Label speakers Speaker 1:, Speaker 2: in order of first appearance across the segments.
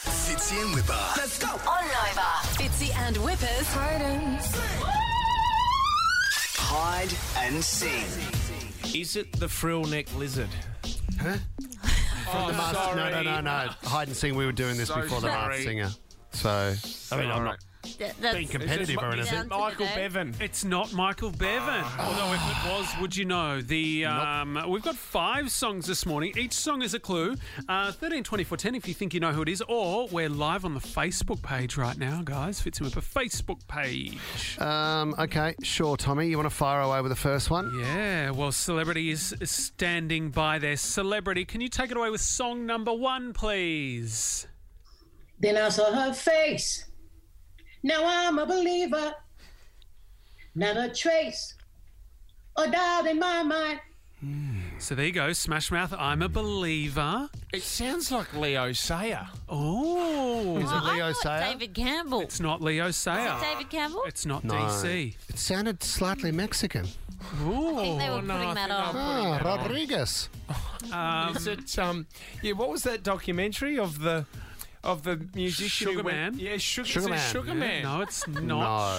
Speaker 1: Fitzy and Whipper.
Speaker 2: Let's go.
Speaker 3: on Nova. Fitzy and Whippers.
Speaker 1: Hide and sing.
Speaker 4: Is it the frill neck lizard? Huh?
Speaker 5: The Masked- no, no, no, no. Hide and sing. We were doing this
Speaker 4: So
Speaker 5: before the Masked
Speaker 4: sorry.
Speaker 5: Singer. So
Speaker 4: I mean, I'm
Speaker 5: Sorry.
Speaker 4: not
Speaker 6: That- that's
Speaker 5: being competitive or
Speaker 4: Is
Speaker 5: anything.
Speaker 4: it Michael Bevan? Ah.
Speaker 7: It's not Michael Bevan. Although if it was, would you know? The um, we've got five songs this morning. Each song is a clue. Uh, Thirteen twenty four ten. If you think you know who it is, or we're live on the Facebook page right now, guys. Fits in with a Facebook page.
Speaker 4: Uh.
Speaker 5: Um, okay, sure, Tommy. You want to fire away with the first one?
Speaker 7: Yeah. Well, celebrity is standing by their celebrity. Can you take it away with song number one, please?
Speaker 8: Then I saw her face. Now I'm a believer. Not a trace or doubt in my mind.
Speaker 7: So there you go. Smash Mouth. I'm a believer.
Speaker 4: It sounds like Leo Sayer.
Speaker 7: Oh.
Speaker 5: Is it
Speaker 6: I
Speaker 5: Leo
Speaker 6: thought
Speaker 5: Sayer?
Speaker 6: David Campbell.
Speaker 7: It's not Leo Sayer.
Speaker 6: David Campbell?
Speaker 7: It's not
Speaker 5: No.
Speaker 7: DC.
Speaker 5: It sounded slightly Mexican.
Speaker 7: Ooh.
Speaker 6: I think they were
Speaker 4: no, I
Speaker 6: putting that
Speaker 4: think
Speaker 6: on.
Speaker 5: Ah, Rodriguez.
Speaker 4: Is it? Um, yeah. What was that documentary of the of the musician? who
Speaker 7: Sugar
Speaker 4: went-
Speaker 7: Man?
Speaker 4: Yeah,
Speaker 5: Sugar
Speaker 4: Sugar, Sugar
Speaker 5: Man.
Speaker 4: Man. Sugar
Speaker 7: Yeah,
Speaker 4: Man.
Speaker 7: No, it's not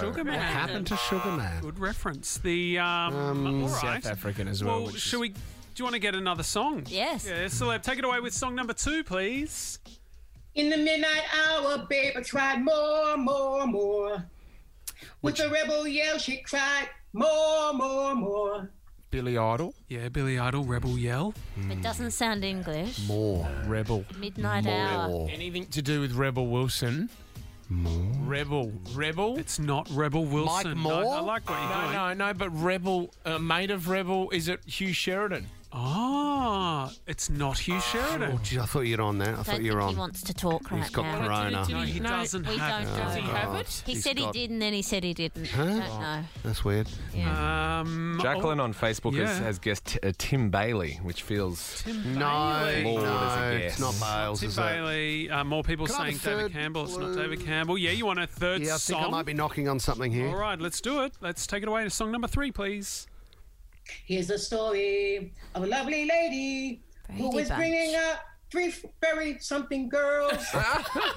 Speaker 5: no.
Speaker 7: Sugar Man.
Speaker 5: What happened to Sugar Man?
Speaker 7: Good reference. The um, all right.
Speaker 4: South African as well.
Speaker 7: well,
Speaker 4: which
Speaker 7: should
Speaker 4: is-
Speaker 7: we? Do you want to get another song?
Speaker 6: Yes.
Speaker 7: Yeah, Celeb, take it away with song number two, please.
Speaker 8: In the midnight hour, baby tried more, more, more. With a rebel yell, she cried more, more, more.
Speaker 4: Billy Idol,
Speaker 7: Yeah, Billy Idol, Rebel Yell.
Speaker 6: It doesn't sound English.
Speaker 5: More.
Speaker 4: Rebel.
Speaker 6: Midnight Hour.
Speaker 5: More.
Speaker 4: Anything to do with Rebel Wilson? Rebel, Rebel.
Speaker 7: It's not Rebel Wilson. No,
Speaker 5: Moore?
Speaker 7: I like what you're
Speaker 4: no,
Speaker 7: doing.
Speaker 4: no, no. But Rebel, uh, mate of Rebel, is it Hugh Sheridan?
Speaker 7: Ah, it's not Hugh Sheridan.
Speaker 5: Oh, gee, I thought you were on that. I
Speaker 6: I
Speaker 5: thought
Speaker 6: don't
Speaker 5: you
Speaker 6: think
Speaker 5: were
Speaker 6: he
Speaker 5: on.
Speaker 6: wants to talk right
Speaker 5: He's got
Speaker 6: now.
Speaker 5: corona.
Speaker 7: no, he
Speaker 4: No,
Speaker 7: doesn't
Speaker 6: we
Speaker 7: have
Speaker 6: don't
Speaker 5: Oh,
Speaker 6: know.
Speaker 4: Does he have it?
Speaker 6: He
Speaker 5: He's
Speaker 6: said he
Speaker 5: got-
Speaker 6: did and then he said he didn't.
Speaker 5: Huh?
Speaker 6: Don't know.
Speaker 5: That's weird.
Speaker 6: Yeah.
Speaker 7: Um,
Speaker 9: Jacqueline on Facebook
Speaker 7: Yeah.
Speaker 9: has, has guessed t- uh, Tim Bailey, which feels
Speaker 5: No,
Speaker 7: Bailey.
Speaker 9: Lord, as
Speaker 5: no,
Speaker 9: a
Speaker 5: it's
Speaker 9: guess.
Speaker 5: not Bales,
Speaker 7: Tim
Speaker 5: is it?
Speaker 7: Bailey. Uh, more people
Speaker 5: Can I
Speaker 7: saying
Speaker 5: have a
Speaker 7: David
Speaker 5: third
Speaker 7: Campbell. It's not
Speaker 5: clue?
Speaker 7: David Campbell. Yeah, you want a third
Speaker 5: Yeah, I
Speaker 7: song?
Speaker 5: think I might be knocking on something
Speaker 7: All
Speaker 5: here.
Speaker 7: right, let's do it. Let's take it away to song number three, please.
Speaker 8: Here's the story of a lovely lady who
Speaker 6: Brady
Speaker 8: was
Speaker 6: Bunch.
Speaker 8: bringing up three very something girls.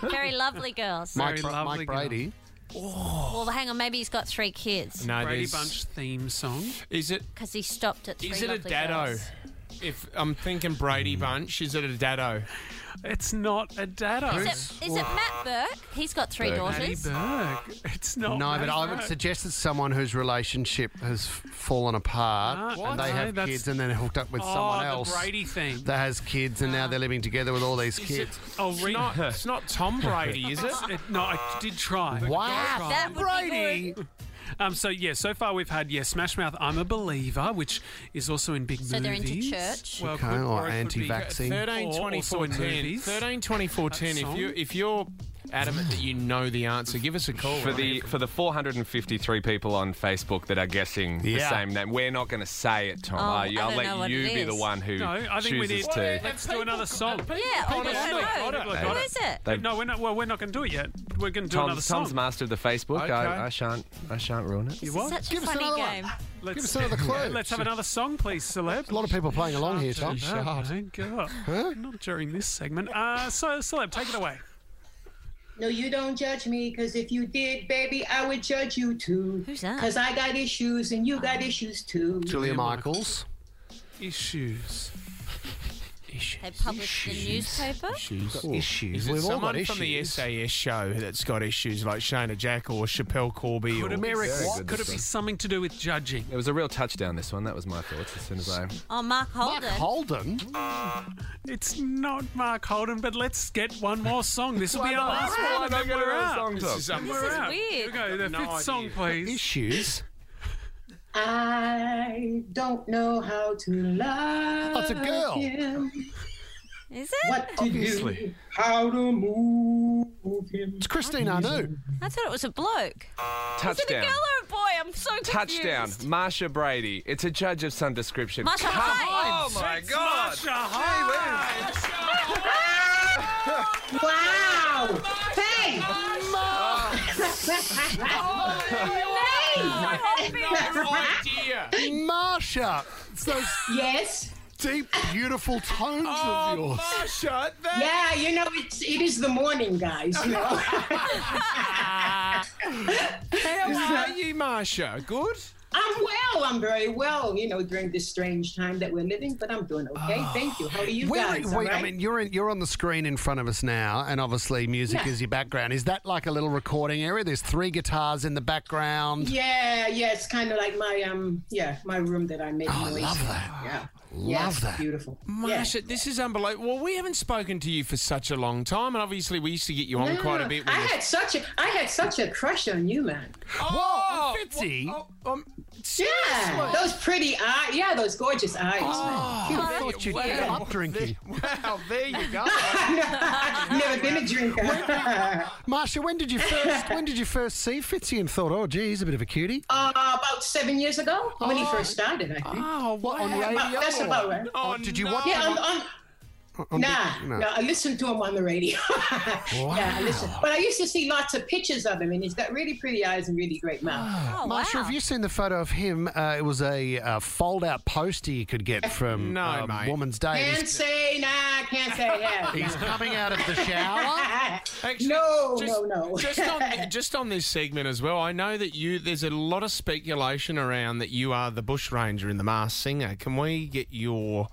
Speaker 6: Very lovely girls.
Speaker 5: Mike,
Speaker 7: Very
Speaker 5: Bra-
Speaker 7: lovely
Speaker 5: Mike
Speaker 7: girl.
Speaker 5: Brady.
Speaker 6: Well, hang on. Maybe he's got three kids
Speaker 4: No,
Speaker 7: Brady
Speaker 4: there's-
Speaker 7: Bunch theme song.
Speaker 4: Is it?
Speaker 6: because he stopped at three
Speaker 4: Is it a
Speaker 6: lovely
Speaker 4: daddo?
Speaker 6: girls.
Speaker 4: If I'm thinking Brady Bunch, is it a daddo?
Speaker 7: It's not a daddo.
Speaker 6: Is it, is it Matt Burke? He's got three
Speaker 7: Matty
Speaker 6: daughters.
Speaker 7: Berg. It's not.
Speaker 5: No,
Speaker 7: Matty
Speaker 5: but I would
Speaker 7: Berg.
Speaker 5: suggest it's someone whose relationship has f- fallen apart
Speaker 7: Ah,
Speaker 5: and they
Speaker 7: what?
Speaker 5: have
Speaker 7: That's-
Speaker 5: kids and then hooked up with
Speaker 7: oh,
Speaker 5: someone
Speaker 7: the
Speaker 5: else
Speaker 7: Brady thing.
Speaker 5: that has kids and now they're living together with all these
Speaker 4: Is it?
Speaker 5: kids.
Speaker 7: Oh,
Speaker 4: it's
Speaker 7: re-
Speaker 4: not. It's not Tom Brady, is it?
Speaker 7: It- no, I did try.
Speaker 5: Wow.
Speaker 6: Ah, that would Be
Speaker 5: Brady!
Speaker 6: good.
Speaker 7: Um, so yeah, so far we've had yeah, Smash Mouth. I'm a believer, which is also in big
Speaker 6: So they're
Speaker 7: movies.
Speaker 6: into church?
Speaker 7: Well,
Speaker 5: Okay,
Speaker 7: could- it
Speaker 5: or
Speaker 7: could be-
Speaker 5: anti-vax. Vaccine.
Speaker 4: 13,
Speaker 7: Or-
Speaker 4: 24,
Speaker 7: also in
Speaker 4: 10.
Speaker 7: movies.
Speaker 4: 13, 24, 10. If,
Speaker 7: song.
Speaker 4: you, if you're adamant that you know the answer, give us a call.
Speaker 9: for the for the 453 people on Facebook that are guessing
Speaker 5: Yeah.
Speaker 9: the same name. We're not going to say it, Tom.
Speaker 6: Oh,
Speaker 9: are you?
Speaker 6: I
Speaker 9: I'll
Speaker 6: don't know
Speaker 9: let
Speaker 6: what
Speaker 9: you
Speaker 6: it
Speaker 9: be
Speaker 6: is.
Speaker 9: the one who
Speaker 7: No, I think we
Speaker 9: chooses
Speaker 7: need-
Speaker 9: to.
Speaker 7: Let's do another song.
Speaker 6: Yeah, I
Speaker 4: Honestly,
Speaker 6: don't know.
Speaker 4: got it.
Speaker 6: Who is it?
Speaker 9: They've-
Speaker 7: no, we're not. Well, we're not going to do it yet. We're going to do another
Speaker 9: Tom's,
Speaker 7: song.
Speaker 9: Tom's master of the Facebook.
Speaker 4: Okay.
Speaker 9: I, I shan't. I shan't ruin it.
Speaker 6: This
Speaker 7: what?
Speaker 6: is such
Speaker 5: Give
Speaker 6: a
Speaker 5: us
Speaker 6: funny
Speaker 5: another one.
Speaker 6: game.
Speaker 7: let's,
Speaker 5: Give us another clue.
Speaker 7: Let's have another song, please, celeb.
Speaker 5: A lot of people playing along here, Tom.
Speaker 7: Thank God. Not during this segment. Uh, so celeb, take it away.
Speaker 8: No, you don't judge me, because if you did, baby, I would judge you too.
Speaker 6: Who's that?
Speaker 8: Because I got issues and you got issues too.
Speaker 5: Julia Michaels.
Speaker 7: Issues.
Speaker 6: They published in the newspaper.
Speaker 5: Issues.
Speaker 4: Is it
Speaker 5: We've all got
Speaker 4: someone
Speaker 5: issues.
Speaker 4: from the SAS show that's got issues like Shana Jack or Chappelle Corby?
Speaker 7: Could
Speaker 4: or
Speaker 7: it be,
Speaker 9: Very
Speaker 7: what?
Speaker 9: good
Speaker 7: Could it
Speaker 9: this
Speaker 7: be
Speaker 9: one.
Speaker 7: something to do with judging?
Speaker 9: It was a real touchdown. This one. That was my thoughts as soon as I.
Speaker 6: Oh, Mark
Speaker 5: Mark
Speaker 6: Holden.
Speaker 5: Holden.
Speaker 7: It's not Mark Holden, but let's get one more song. This will be our last one, and then we're out.
Speaker 4: This is
Speaker 7: We're
Speaker 6: This is
Speaker 7: out.
Speaker 6: weird.
Speaker 7: Here we go. The
Speaker 4: No
Speaker 7: fifth
Speaker 4: idea.
Speaker 7: song, please.
Speaker 5: Issues.
Speaker 8: I don't know how to love
Speaker 5: That's a girl.
Speaker 8: him,
Speaker 6: Is it?
Speaker 8: what to do, how to move him.
Speaker 5: It's Christine Arnoux.
Speaker 6: I thought it was a bloke. Is it a
Speaker 9: Touchdown.
Speaker 6: girl or a boy? I'm so confused.
Speaker 9: Touchdown. Marsha Brady. It's a judge of some description.
Speaker 6: Marsha
Speaker 9: Come
Speaker 6: Hines.
Speaker 9: Oh my God.
Speaker 7: Marsha Hines.
Speaker 8: Wow! Hey!
Speaker 6: No, I hope it-
Speaker 4: No idea.
Speaker 5: Marsha. It's those
Speaker 8: yes?
Speaker 5: deep, beautiful tones
Speaker 4: Oh,
Speaker 5: of yours.
Speaker 4: Marsha, that
Speaker 8: Yeah, you know, it's, it is the morning, guys, you know.
Speaker 4: how are you, Marsha? Good.
Speaker 8: I'm well. I'm very well, you know, during this strange time that we're living, but I'm doing okay. Thank you. How are you
Speaker 5: Where,
Speaker 8: guys? all
Speaker 5: Ah. wait, I
Speaker 8: right?
Speaker 5: mean, you're in, you're on the screen in front of us now, and obviously music
Speaker 8: Yeah.
Speaker 5: is your background. Is that like a little recording area? There's three guitars in the background.
Speaker 8: yeah, yeah, it's kind of like my um, yeah, my room that I make
Speaker 5: Oh, I
Speaker 8: noise.
Speaker 5: love
Speaker 8: in.
Speaker 5: that.
Speaker 8: Yeah,
Speaker 5: Love
Speaker 8: yeah, it's
Speaker 5: that.
Speaker 8: Beautiful. Yeah.
Speaker 4: Marsha, this is unbelievable. Well, we haven't spoken to you for such a long time, and obviously we used to get you on quite a
Speaker 8: Ah,
Speaker 4: bit.
Speaker 8: I
Speaker 4: When you-
Speaker 8: had such a I had such a crush on you, man.
Speaker 4: oh,
Speaker 5: Whoa, Fitzy.
Speaker 4: oh, um,
Speaker 8: Yeah, those pretty eyes. Yeah, those gorgeous eyes.
Speaker 5: I thought you'd get up drinking.
Speaker 4: wow, there you go.
Speaker 5: Ah.
Speaker 8: man. Never been a drinker.
Speaker 5: Marsha, when did you first when did you first see Fitzy and thought, oh, gee, he's a bit of a cutie?
Speaker 8: uh, about seven years ago when he
Speaker 5: Ah.
Speaker 8: first started, I think.
Speaker 5: Oh, what on
Speaker 8: About-
Speaker 5: radio?
Speaker 8: that's about right.
Speaker 5: Oh, did you watch?
Speaker 8: Yeah,
Speaker 5: him
Speaker 8: I'm,
Speaker 5: on-
Speaker 8: I'm,
Speaker 5: on
Speaker 8: nah,
Speaker 5: big-
Speaker 8: no. I listened to him on the radio. Yeah, I listened. But I used to see lots of pictures of him, and he's got really pretty eyes and really great mouth.
Speaker 6: Oh,
Speaker 5: Marsha,
Speaker 6: wow.
Speaker 5: have you seen the photo of him? Uh, it was a, uh fold-out poster you could get from
Speaker 4: No,
Speaker 5: um,
Speaker 4: mate.
Speaker 5: Woman's Day. And
Speaker 8: Can't
Speaker 5: He's,
Speaker 8: say nah, can't say yeah.
Speaker 5: he's coming out of the shower. Oh,
Speaker 4: Actually,
Speaker 8: No,
Speaker 4: just,
Speaker 8: no, no.
Speaker 4: just, on, just on this segment as well, I know that you. There's a lot of speculation around that you are the bush ranger in the Mars Singer. Can we get your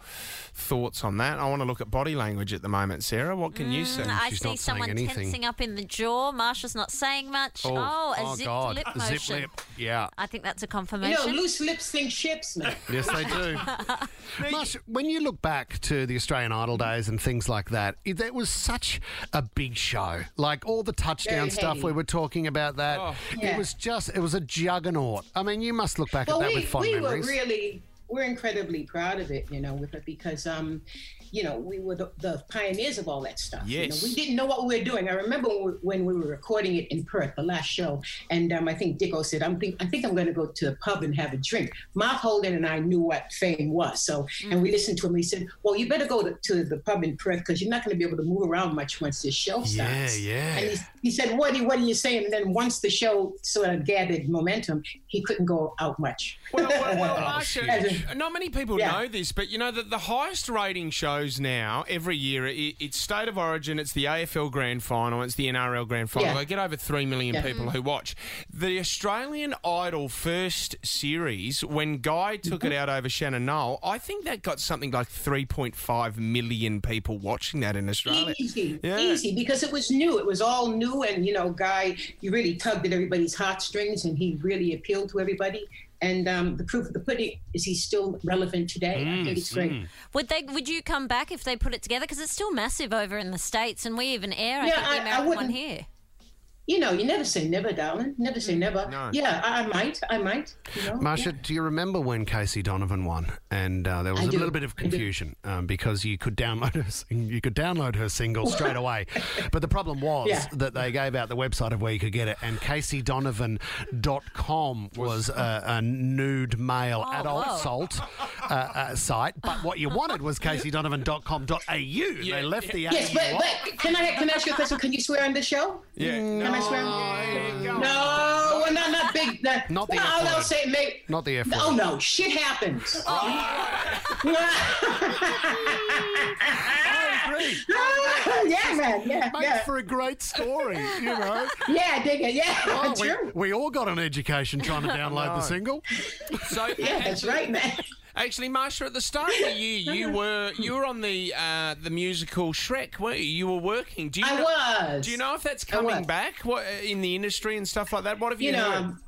Speaker 4: thoughts on that? I want to look at body language at the moment, Sarah. What can
Speaker 8: Mm,
Speaker 4: you see?
Speaker 6: I
Speaker 5: She's
Speaker 6: see
Speaker 5: not saying
Speaker 6: someone
Speaker 5: anything.
Speaker 6: tensing up in the jaw. Marsha's not saying much. Oh, a zipped lip
Speaker 5: A
Speaker 6: motion.
Speaker 5: zip lip. Yeah.
Speaker 6: I think that's a
Speaker 8: You know,
Speaker 6: confirmation.
Speaker 8: loose lips sink ships, man.
Speaker 5: Yes, they do. Marsha, when you look back to the Australian Idol days and things like that, it, that was such a big show. Like all the touchdown
Speaker 8: Very
Speaker 5: stuff
Speaker 8: heady.
Speaker 5: we were talking about. That it
Speaker 8: Yeah.
Speaker 5: was just it was a juggernaut. I mean, you must look back
Speaker 8: Well,
Speaker 5: at that
Speaker 8: we,
Speaker 5: with fond
Speaker 8: we
Speaker 5: memories.
Speaker 8: were really, we're incredibly proud of it, you know, with it because, um, you know, we were the, the pioneers of all that stuff. You know,
Speaker 4: Yes.
Speaker 8: we didn't know what we were doing. I remember when we, when we were recording it in Perth, the last show, and um, I think Dicko said, "I'm think, I think I'm going to go to the pub and have a drink." Mark Holden and I knew what fame was, so
Speaker 5: Mm.
Speaker 8: and we listened to him. He said, "Well, you better go to, to the pub in Perth because you're not going to be able to move around much once this show
Speaker 5: Yeah,
Speaker 8: starts."
Speaker 5: yeah.
Speaker 8: And he, he said, "What? do you- What are you saying?" And then once the show sort of gathered momentum, he couldn't go out much.
Speaker 4: Well, well, well,
Speaker 8: Oh,
Speaker 4: Marsha, not many people
Speaker 8: Yeah.
Speaker 4: know this, but you know that the highest rating shows now every year it, it's State of Origin, it's the AFL Grand Final, it's the NRL Grand Final.
Speaker 8: Yeah.
Speaker 4: They get over three million
Speaker 8: Yeah. Mm.
Speaker 4: people who watch the Australian Idol first series when Guy took
Speaker 8: Mm-hmm.
Speaker 4: it out over Shannon Knoll. I think that got something like three point five million people watching that in Australia.
Speaker 8: Easy,
Speaker 4: Yeah.
Speaker 8: easy, because it was new. It was all new, and you know, Guy, you really tugged at everybody's heartstrings, and he really appealed to everybody. And um, the proof of the pudding is he's still relevant today.
Speaker 4: Mm,
Speaker 8: I think it's great.
Speaker 6: would they? Would you come back if they put it together? Because it's still massive over in the states, and we even air. I
Speaker 8: Yeah,
Speaker 6: think
Speaker 8: I-
Speaker 6: the
Speaker 8: I
Speaker 6: American one
Speaker 8: wouldn't-
Speaker 6: here.
Speaker 8: You know, you never say never, darling. Never say never.
Speaker 4: Mm, No.
Speaker 8: Yeah, I, I might. I might. You know?
Speaker 5: Marsha, do you remember when Casey Donovan won, and uh, there was
Speaker 8: I
Speaker 5: a
Speaker 8: do.
Speaker 5: little bit of
Speaker 8: I do.
Speaker 5: confusion um, because you could download her, sing- you could download her single straight away, but the problem was
Speaker 8: Yeah.
Speaker 5: that they gave out the website of where you could get it, and CaseyDonovan.com was a, a nude male
Speaker 8: Oh,
Speaker 5: adult
Speaker 6: whoa.
Speaker 5: salt uh, uh, site, but what you wanted was CaseyDonovan.com.au. they left the
Speaker 8: Yes,
Speaker 5: AU
Speaker 8: but,
Speaker 5: off.
Speaker 8: but can I can I ask you a question? Can you swear on the show?
Speaker 4: Yeah.
Speaker 8: Can I swear? No, well, not not big. Not,
Speaker 5: Not the
Speaker 8: well,
Speaker 5: F
Speaker 8: I'll
Speaker 5: word.
Speaker 8: say maybe.
Speaker 5: Not the F
Speaker 8: Oh
Speaker 5: word. Oh.
Speaker 8: no, shit happens. yeah, man. Yeah,
Speaker 5: Makes
Speaker 8: yeah,
Speaker 5: for a great story, you know.
Speaker 8: yeah. I Dig it. Yeah,
Speaker 5: Oh, we,
Speaker 8: true.
Speaker 5: we all got an education trying to download the single.
Speaker 4: So
Speaker 8: Yeah, that's right, man.
Speaker 4: Actually, Marsha, at the start of the year, you were you were on the uh, the musical Shrek, weren't you? You were working. Do you
Speaker 8: I
Speaker 4: know,
Speaker 8: was.
Speaker 4: Do you know if that's
Speaker 8: I was.
Speaker 4: coming back? What uh, in the industry and stuff like that? What have you,
Speaker 8: You know,
Speaker 4: heard?
Speaker 8: um,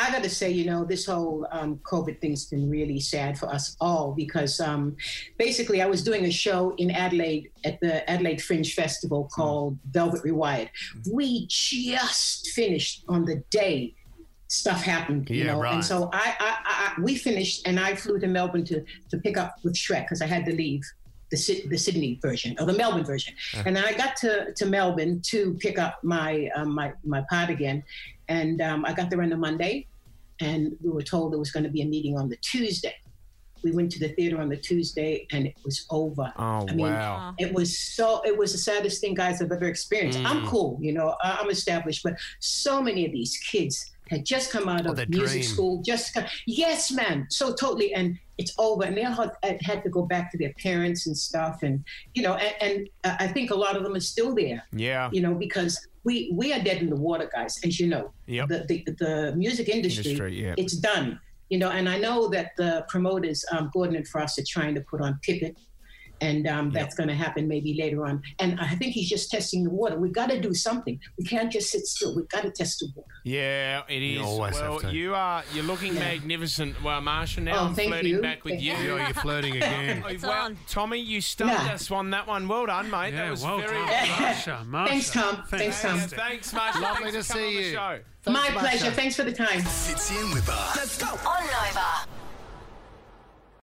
Speaker 8: I got to say, you know, this whole um, COVID thing's been really sad for us all because um, basically I was doing a show in Adelaide at the Adelaide Fringe
Speaker 5: Mm.
Speaker 8: Festival called Velvet Rewired. We just finished on the day stuff happened, you
Speaker 5: Yeah,
Speaker 8: know,
Speaker 5: right.
Speaker 8: and so I, I, I, we finished and I flew to Melbourne to, to pick up with Shrek because I had to leave the, Syd- the Sydney version or the Melbourne version. And then I got to, to Melbourne to pick up my, um, my, my pod again. And um, I got there on the Monday and we were told there was going to be a meeting on the Tuesday. We went to the theater on the Tuesday and it was over.
Speaker 4: Oh,
Speaker 8: I mean,
Speaker 4: wow.
Speaker 8: It was so, it was the saddest thing, guys, I've ever experienced. I'm cool, you know, I, I'm established, but so many of these kids had just come out
Speaker 5: Oh,
Speaker 8: of
Speaker 5: their dream.
Speaker 8: music school, just come, yes, ma'am, so totally. And it's over, and they all had, had to go back to their parents and stuff, and you know, and, and uh, I think a lot of them are still there.
Speaker 4: Yeah.
Speaker 8: you know, because we we are dead in the water, guys, as you know.
Speaker 4: Yep.
Speaker 8: The, the the music industry,
Speaker 4: Industry, yeah.
Speaker 8: it's done. You know, and I know that the promoters, um, Gordon and Frost, are trying to put on Pippet, and um, that's going to happen maybe later on. And I think he's just testing the water. We got to do something. We can't just sit still. We got to test the water.
Speaker 4: Yeah, it is.
Speaker 5: always have
Speaker 4: well,
Speaker 5: to.
Speaker 4: you are you're looking magnificent, well, Marsha. Now
Speaker 8: Oh,
Speaker 4: I'm
Speaker 8: thank
Speaker 4: flirting
Speaker 8: you.
Speaker 4: back with
Speaker 8: Thank
Speaker 4: you.
Speaker 5: Oh, you're flirting again.
Speaker 4: Oh,
Speaker 6: It's
Speaker 4: wow.
Speaker 6: on.
Speaker 4: Tommy, you stumped
Speaker 8: Yeah.
Speaker 4: us on that one. Well done, mate. that
Speaker 7: Yeah,
Speaker 4: was
Speaker 7: well
Speaker 4: very
Speaker 7: done, Marsha. Marsha.
Speaker 8: Thanks, Tom. Thanks, Tom.
Speaker 4: Yeah, thanks, Marsha.
Speaker 5: Lovely
Speaker 4: Thanks
Speaker 5: to
Speaker 4: for coming
Speaker 5: see
Speaker 4: on the
Speaker 5: you.
Speaker 4: show.
Speaker 5: Thanks,
Speaker 8: My
Speaker 5: Marsha.
Speaker 8: pleasure. Thanks for the time.
Speaker 6: Oh.
Speaker 1: Fitzy and Whipper.
Speaker 3: On Nova.